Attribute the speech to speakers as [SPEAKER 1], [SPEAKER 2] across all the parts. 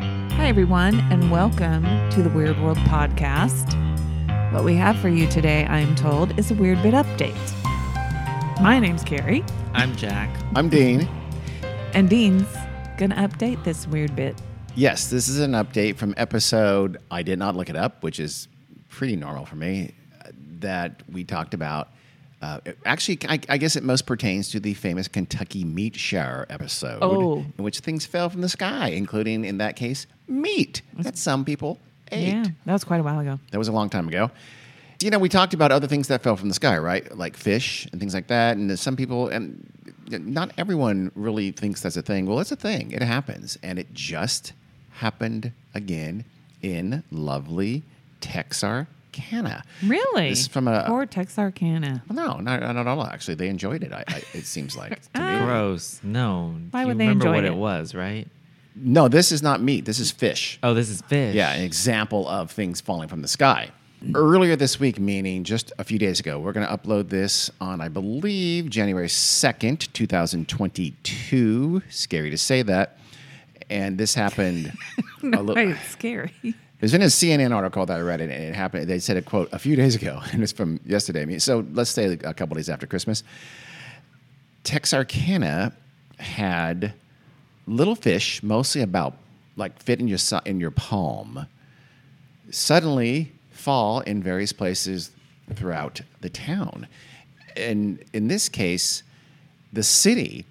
[SPEAKER 1] Hi, everyone, and welcome to the Weird World Podcast. What we have for you today, I am told, is a Weird Bit update. My name's Carrie,
[SPEAKER 2] I'm Jack.
[SPEAKER 3] I'm Dean.
[SPEAKER 1] and Dean's going to update this Weird Bit.
[SPEAKER 3] Yes, this is an update from episode I did not look it up, which is pretty normal for me. uh, That we talked about. Uh, it- actually, I, I guess it most pertains to the famous Kentucky meat shower episode,
[SPEAKER 1] Oh.
[SPEAKER 3] in which things fell from the sky, including in that case meat that some people ate.
[SPEAKER 1] Yeah, that was quite a while ago.
[SPEAKER 3] That was a long time ago. You know, we talked about other things that fell from the sky, right? Like fish and things like that. And some people, and not everyone really thinks that's a thing. Well, it's a thing. It happens. And it just happened again in lovely Texarkana.
[SPEAKER 1] Really?
[SPEAKER 3] This is from a.
[SPEAKER 1] Poor Texarkana.
[SPEAKER 3] no, not, not at all. Actually, they enjoyed it. I, I, it seems like to me.
[SPEAKER 2] Gross. No.
[SPEAKER 1] Ah. Why
[SPEAKER 2] you
[SPEAKER 1] would they
[SPEAKER 2] remember
[SPEAKER 1] enjoy
[SPEAKER 2] what
[SPEAKER 1] it?
[SPEAKER 2] it was, right?
[SPEAKER 3] No, this is not meat. This is fish.
[SPEAKER 2] Oh, this is fish.
[SPEAKER 3] Yeah, an example of things falling from the sky. Earlier this week, meaning just a few days ago, we're going to upload this on, I believe, January 2nd, 2022. Scary to say that. And this happened. a
[SPEAKER 1] No,
[SPEAKER 3] little.
[SPEAKER 1] it's scary.
[SPEAKER 3] There's been a CNN article that I read, and it happened. They said a quote a few days ago, and it's from yesterday. I mean, so let's say a couple days after Christmas. Texarkana had little fish, mostly about like fit in your si- in your palm, suddenly fall in various places throughout the town, and in this case, the city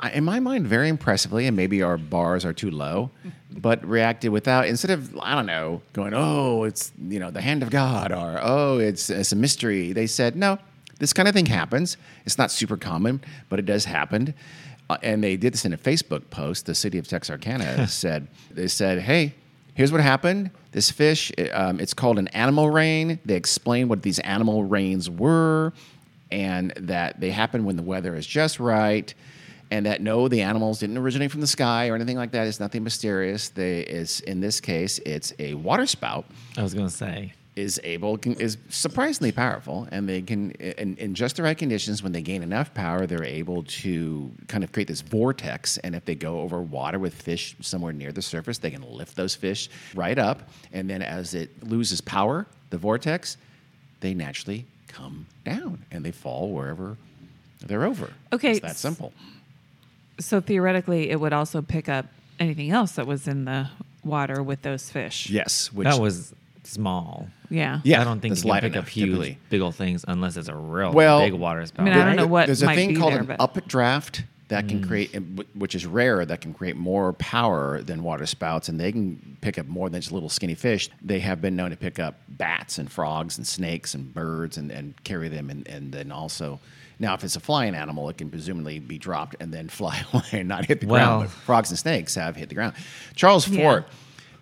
[SPEAKER 3] I- in my mind, very impressively, and maybe our bars are too low, but reacted without, instead of, I don't know, going, oh, it's, you know, the hand of God or, oh, it's, it's a mystery. They said, no, this kind of thing happens. It's not super common, but it does happen. Uh, and they did this in a Facebook post. The city of Texarkana said, they said, hey, here's what happened. This fish, it, um, it's called an animal rain. They explained what these animal rains were and that they happen when the weather is just right, and that no, the animals didn't originate from the sky or anything like that. It's nothing mysterious. They is in this case, it's a waterspout
[SPEAKER 2] I was going to say.
[SPEAKER 3] is able can, is surprisingly powerful, and they can in, in just the right conditions when they gain enough power, they're able to kind of create this vortex. And if they go over water with fish somewhere near the surface, they can lift those fish right up, and then as it loses power, the vortex, they naturally come down and they fall wherever they're over.
[SPEAKER 1] Okay,
[SPEAKER 3] it's that simple.
[SPEAKER 1] So theoretically, it would also pick up anything else that was in the water with those fish.
[SPEAKER 3] Yes, which
[SPEAKER 2] that was small.
[SPEAKER 1] Yeah.
[SPEAKER 3] Yeah,
[SPEAKER 2] I don't think
[SPEAKER 3] that's
[SPEAKER 2] you can
[SPEAKER 3] light
[SPEAKER 2] pick
[SPEAKER 3] enough,
[SPEAKER 2] up huge,
[SPEAKER 3] typically.
[SPEAKER 2] big old things unless it's a real
[SPEAKER 3] Well-
[SPEAKER 2] big water spout.
[SPEAKER 1] I mean, I don't
[SPEAKER 2] right?
[SPEAKER 1] know what
[SPEAKER 3] There's a
[SPEAKER 1] might
[SPEAKER 3] thing
[SPEAKER 1] be
[SPEAKER 3] called
[SPEAKER 1] there,
[SPEAKER 3] an
[SPEAKER 1] but- Mm.
[SPEAKER 3] updraft that can create, which is rare, that can create more power than water spouts, and they can pick up more than just little skinny fish. They have been known to pick up bats and frogs and snakes and birds and, and carry them, and, and then also. Now, if it's a flying animal, it can presumably be dropped and then fly away and not hit the
[SPEAKER 2] Well-
[SPEAKER 3] ground. But frogs and snakes have hit the ground. Charles
[SPEAKER 1] Yeah.
[SPEAKER 3] Fort,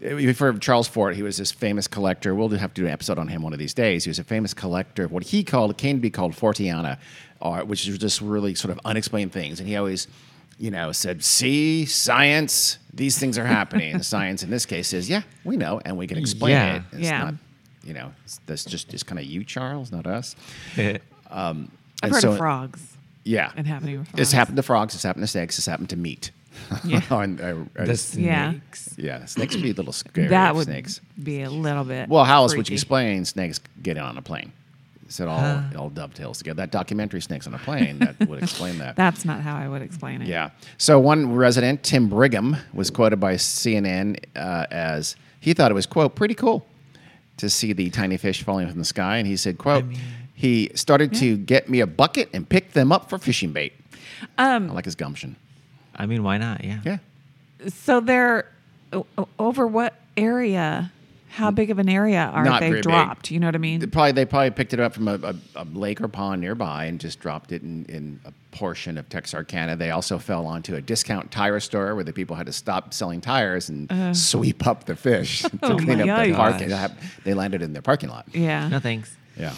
[SPEAKER 3] You've heard of Charles Fort. He was this famous collector. We'll have to do an episode on him one of these days. He was a famous collector of what he called came to be called Fortiana, or, which is just really sort of unexplained things. And he always, you know, said, "See, science, these things are happening." and science in this case is, "Yeah, we know, and we can explain
[SPEAKER 2] Yeah.
[SPEAKER 3] it." It's
[SPEAKER 1] Yeah.
[SPEAKER 3] not, you know, it's- that's just it's kind of you, Charles, not us.
[SPEAKER 1] I've
[SPEAKER 3] And
[SPEAKER 1] heard
[SPEAKER 3] so-
[SPEAKER 1] of frogs.
[SPEAKER 3] Yeah,
[SPEAKER 1] It happening with frogs.
[SPEAKER 3] It's happened to frogs. It's happened to snakes. It's happened to meat.
[SPEAKER 1] Yeah.
[SPEAKER 3] And, uh, uh,
[SPEAKER 2] The
[SPEAKER 1] Yeah.
[SPEAKER 2] snakes.
[SPEAKER 3] yeah, snakes would be a little scary.
[SPEAKER 1] that
[SPEAKER 3] if
[SPEAKER 1] would
[SPEAKER 3] snakes.
[SPEAKER 1] be a little bit.
[SPEAKER 3] Well, how else would
[SPEAKER 1] freaky.
[SPEAKER 3] you explain snakes getting on a plane? So it all it all dovetails together. That documentary "Snakes on a Plane" that would explain that.
[SPEAKER 1] That's not how I would explain it.
[SPEAKER 3] Yeah. So one resident, Tim Brigham, was quoted by CNN uh, as he thought it was quote pretty cool to see the tiny fish falling from the sky, and he said quote he started to get me a bucket and pick them up for fishing bait. Um, I like his gumption.
[SPEAKER 2] I mean, why not? Yeah.
[SPEAKER 3] Yeah.
[SPEAKER 1] So they're o- o- over what area? How big of an area are
[SPEAKER 3] Not
[SPEAKER 1] they
[SPEAKER 3] very big.
[SPEAKER 1] dropped? You know what I
[SPEAKER 3] They
[SPEAKER 1] mean?
[SPEAKER 3] probably they probably picked it up from a, a, a lake or pond nearby and just dropped it in, in a portion of Texarkana. They also fell onto a discount tire store where the people had to stop selling tires and sweep up the fish to
[SPEAKER 1] Uh-huh. Oh
[SPEAKER 3] clean
[SPEAKER 1] my
[SPEAKER 3] up the
[SPEAKER 1] gosh.
[SPEAKER 3] parking. They hap- They landed in their parking lot.
[SPEAKER 1] Yeah.
[SPEAKER 2] No thanks.
[SPEAKER 3] Yeah.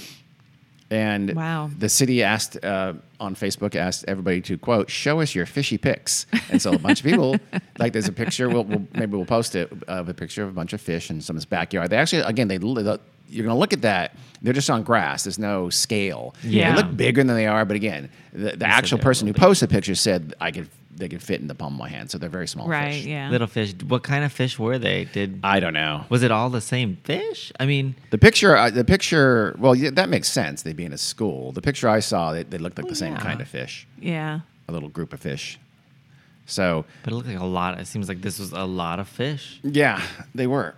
[SPEAKER 3] And
[SPEAKER 1] Wow.
[SPEAKER 3] the city asked uh, on Facebook asked everybody to quote show us your fishy pics, and so a bunch of people like there's a picture we'll, we'll maybe we'll post it of a picture of a bunch of fish in someone's backyard. They actually again they li- you're gonna look at that they're just on grass. There's no scale.
[SPEAKER 1] Yeah.
[SPEAKER 3] they look bigger than they are, but again the, the actual
[SPEAKER 2] they're
[SPEAKER 3] person who posted the picture said I could they could fit in the palm of my hand. So they're very small
[SPEAKER 1] right.
[SPEAKER 3] fish.
[SPEAKER 1] Yeah.
[SPEAKER 2] Little fish. What kind of fish were they? Did
[SPEAKER 3] I don't know.
[SPEAKER 2] was it all the same fish? I mean,
[SPEAKER 3] The picture, uh, the picture. Well, yeah, that makes sense. They being a school. The picture I saw, they, they looked like the same
[SPEAKER 2] yeah.
[SPEAKER 3] kind of fish,
[SPEAKER 1] yeah.
[SPEAKER 3] a little group of fish. So
[SPEAKER 2] but it looked like a lot. It seems like this was a lot of fish.
[SPEAKER 3] yeah, they were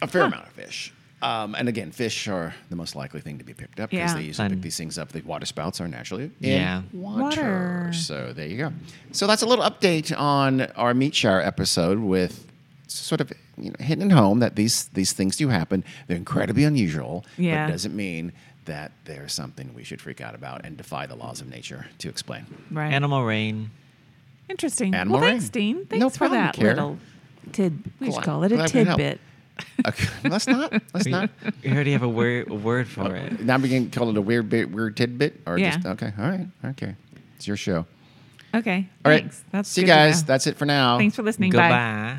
[SPEAKER 3] a fair amount of fish. Um, and again, fish are the most likely thing to be picked up because
[SPEAKER 1] Yeah.
[SPEAKER 3] they usually pick
[SPEAKER 2] Fun.
[SPEAKER 3] these things up. The water spouts are naturally in
[SPEAKER 2] Yeah.
[SPEAKER 3] water.
[SPEAKER 1] Water.
[SPEAKER 3] So there you go. So that's a little update on our meat shower episode with sort of you know hitting home that these these things do happen. They're incredibly unusual,
[SPEAKER 1] Yeah.
[SPEAKER 3] but it doesn't mean that there's something we should freak out about and defy the laws of nature to explain.
[SPEAKER 1] Right.
[SPEAKER 2] Animal rain.
[SPEAKER 1] Interesting.
[SPEAKER 3] Animal
[SPEAKER 1] well, thanks,
[SPEAKER 3] rain.
[SPEAKER 1] Dean.
[SPEAKER 3] No
[SPEAKER 1] Thanks for
[SPEAKER 3] problem,
[SPEAKER 1] that
[SPEAKER 3] Kara.
[SPEAKER 1] little tid. We should
[SPEAKER 3] Glad-
[SPEAKER 1] call it a
[SPEAKER 3] glad we could help.
[SPEAKER 1] tidbit.
[SPEAKER 3] Okay, let's not. Let's not.
[SPEAKER 2] You already have a word, a word for it.
[SPEAKER 3] Now we can call it a weird bit, weird tidbit, or
[SPEAKER 1] Yeah.
[SPEAKER 3] just okay. All right, okay. It's your show.
[SPEAKER 1] Okay.
[SPEAKER 3] All right.
[SPEAKER 1] thanks. That's
[SPEAKER 3] see you
[SPEAKER 1] good to
[SPEAKER 3] guys.
[SPEAKER 1] know.
[SPEAKER 3] That's it for now.
[SPEAKER 1] Thanks for listening. Bye.
[SPEAKER 2] Goodbye.